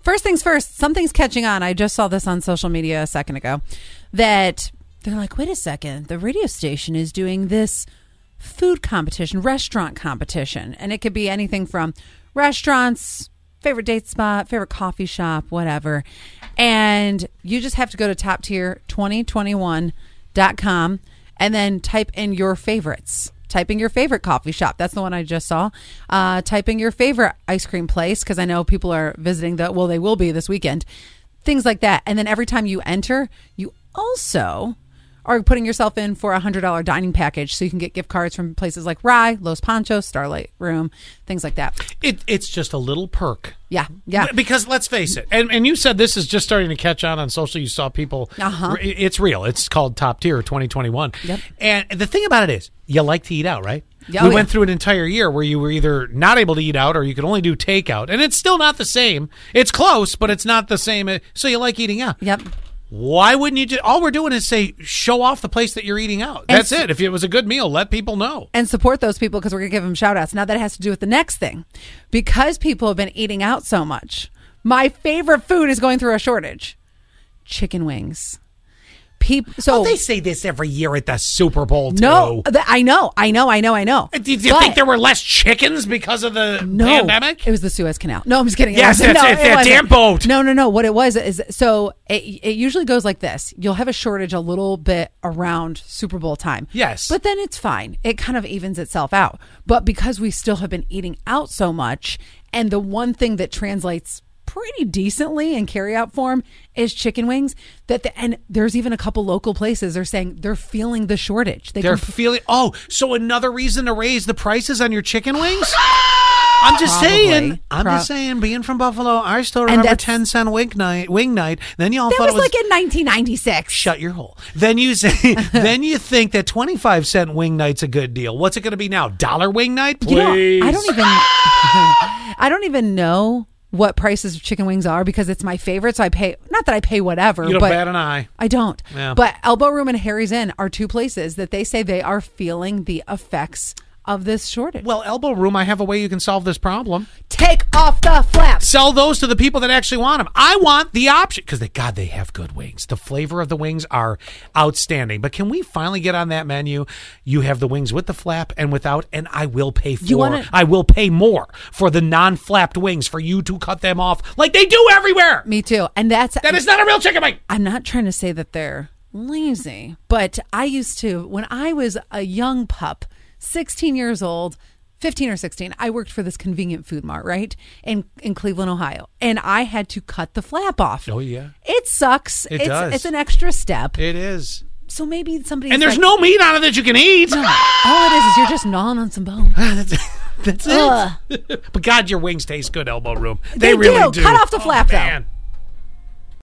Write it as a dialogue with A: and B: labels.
A: first things first, something's catching on. I just saw this on social media a second ago that they're like, wait a second, the radio station is doing this food competition, restaurant competition. And it could be anything from restaurants, favorite date spot, favorite coffee shop, whatever. And you just have to go to top tier 2021.com and then type in your favorites. Type in your favorite coffee shop. That's the one I just saw. Uh, type in your favorite ice cream place because I know people are visiting the, well, they will be this weekend. Things like that. And then every time you enter, you also are putting yourself in for a $100 dining package so you can get gift cards from places like Rye, Los Panchos, Starlight Room, things like that.
B: It, it's just a little perk.
A: Yeah, yeah.
B: Because let's face it, and, and you said this is just starting to catch on on social. You saw people.
A: Uh-huh.
B: It's real. It's called Top Tier 2021.
A: Yep.
B: And the thing about it is, you like to eat out, right?
A: Yeah,
B: we
A: oh,
B: went
A: yeah.
B: through an entire year where you were either not able to eat out or you could only do takeout, and it's still not the same. It's close, but it's not the same. uh, So you like eating out.
A: Yep.
B: Why wouldn't you do? All we're doing is say show off the place that you're eating out. That's
A: s-
B: it. If it was a good meal, let people know.
A: And support those people because we're going to give them shout outs. Now, that has to do with the next thing. Because people have been eating out so much, my favorite food is going through a shortage chicken wings. People, so
B: Well, Oh, they say this every year at the Super Bowl.
A: Oh. no,
B: too.
A: th- I know, I know, I know, I know.
B: Do you do you
A: But-
B: think there were less chickens because of the
A: No,
B: pandemic?
A: it was the Suez Canal. No, I'm just kidding. It
B: Yes,
A: wasn't.
B: that's
A: no,
B: it. That
A: wasn't.
B: damn boat.
A: No, no, no. What it was is so it, it usually goes like this. You'll have a shortage a little bit around Super Bowl time.
B: Yes.
A: but then it's fine. It kind of evens itself out. But because we still have been eating out so much, and the one thing that translates pretty decently in carryout form is chicken wings. That the and there's even a couple local places they're saying they're feeling the shortage. They
B: They're
A: can
B: feeling. Oh, so another reason to raise the prices on your chicken wings? I'm just
A: Probably.
B: saying. I'm
A: Pro-
B: just saying. Being from Buffalo, I still remember
A: that's-
B: ten cent wing night. Wing night. Then y'all
A: that
B: thought
A: was,
B: it was
A: like in 1996.
B: shut your hole. Then you say. then you think that twenty five cent wing night's a good deal. What's it going to be now? Dollar wing night, please.
A: You know, I don't even I don't even know what prices of chicken wings are because it's my favorite. So I pay not that I pay whatever,
B: You don't
A: but
B: bat an eye.
A: I don't.
B: Yeah.
A: But Elbow Room and Harry's Inn are two places that they say they are feeling the effects of this shortage.
B: Well, elbow room. I have a way you can solve this problem.
A: Take off the flaps.
B: sell those to the people that actually want them. I want the option because they God they have good wings. The flavor of the wings are outstanding. But can we finally get on that menu? You have the wings with the flap and without, and I will pay for.
A: You wanna-
B: I will pay more for the non-flapped wings for you to cut them off like they do everywhere.
A: Me too. And that's
B: That is not a real chicken wing.
A: I'm not trying to say that they're lazy, but I used to, when I was a young pup, 16 years old, 15 or 16, I worked for this convenient food mart, right? In, in Cleveland, Ohio. And I had to cut the flap off.
B: Oh, yeah.
A: It sucks.
B: It
A: it's,
B: does.
A: it's an extra step.
B: It is,
A: so maybe somebody.
B: and there's no meat on it that you can eat.
A: All it is is you're just gnawing on some bone.
B: that's, that's
A: Ugh.
B: it. but God, your wings taste good, elbow room. They,
A: They
B: really
A: do.
B: do. Oh,
A: Cut off the flap, though.
B: man.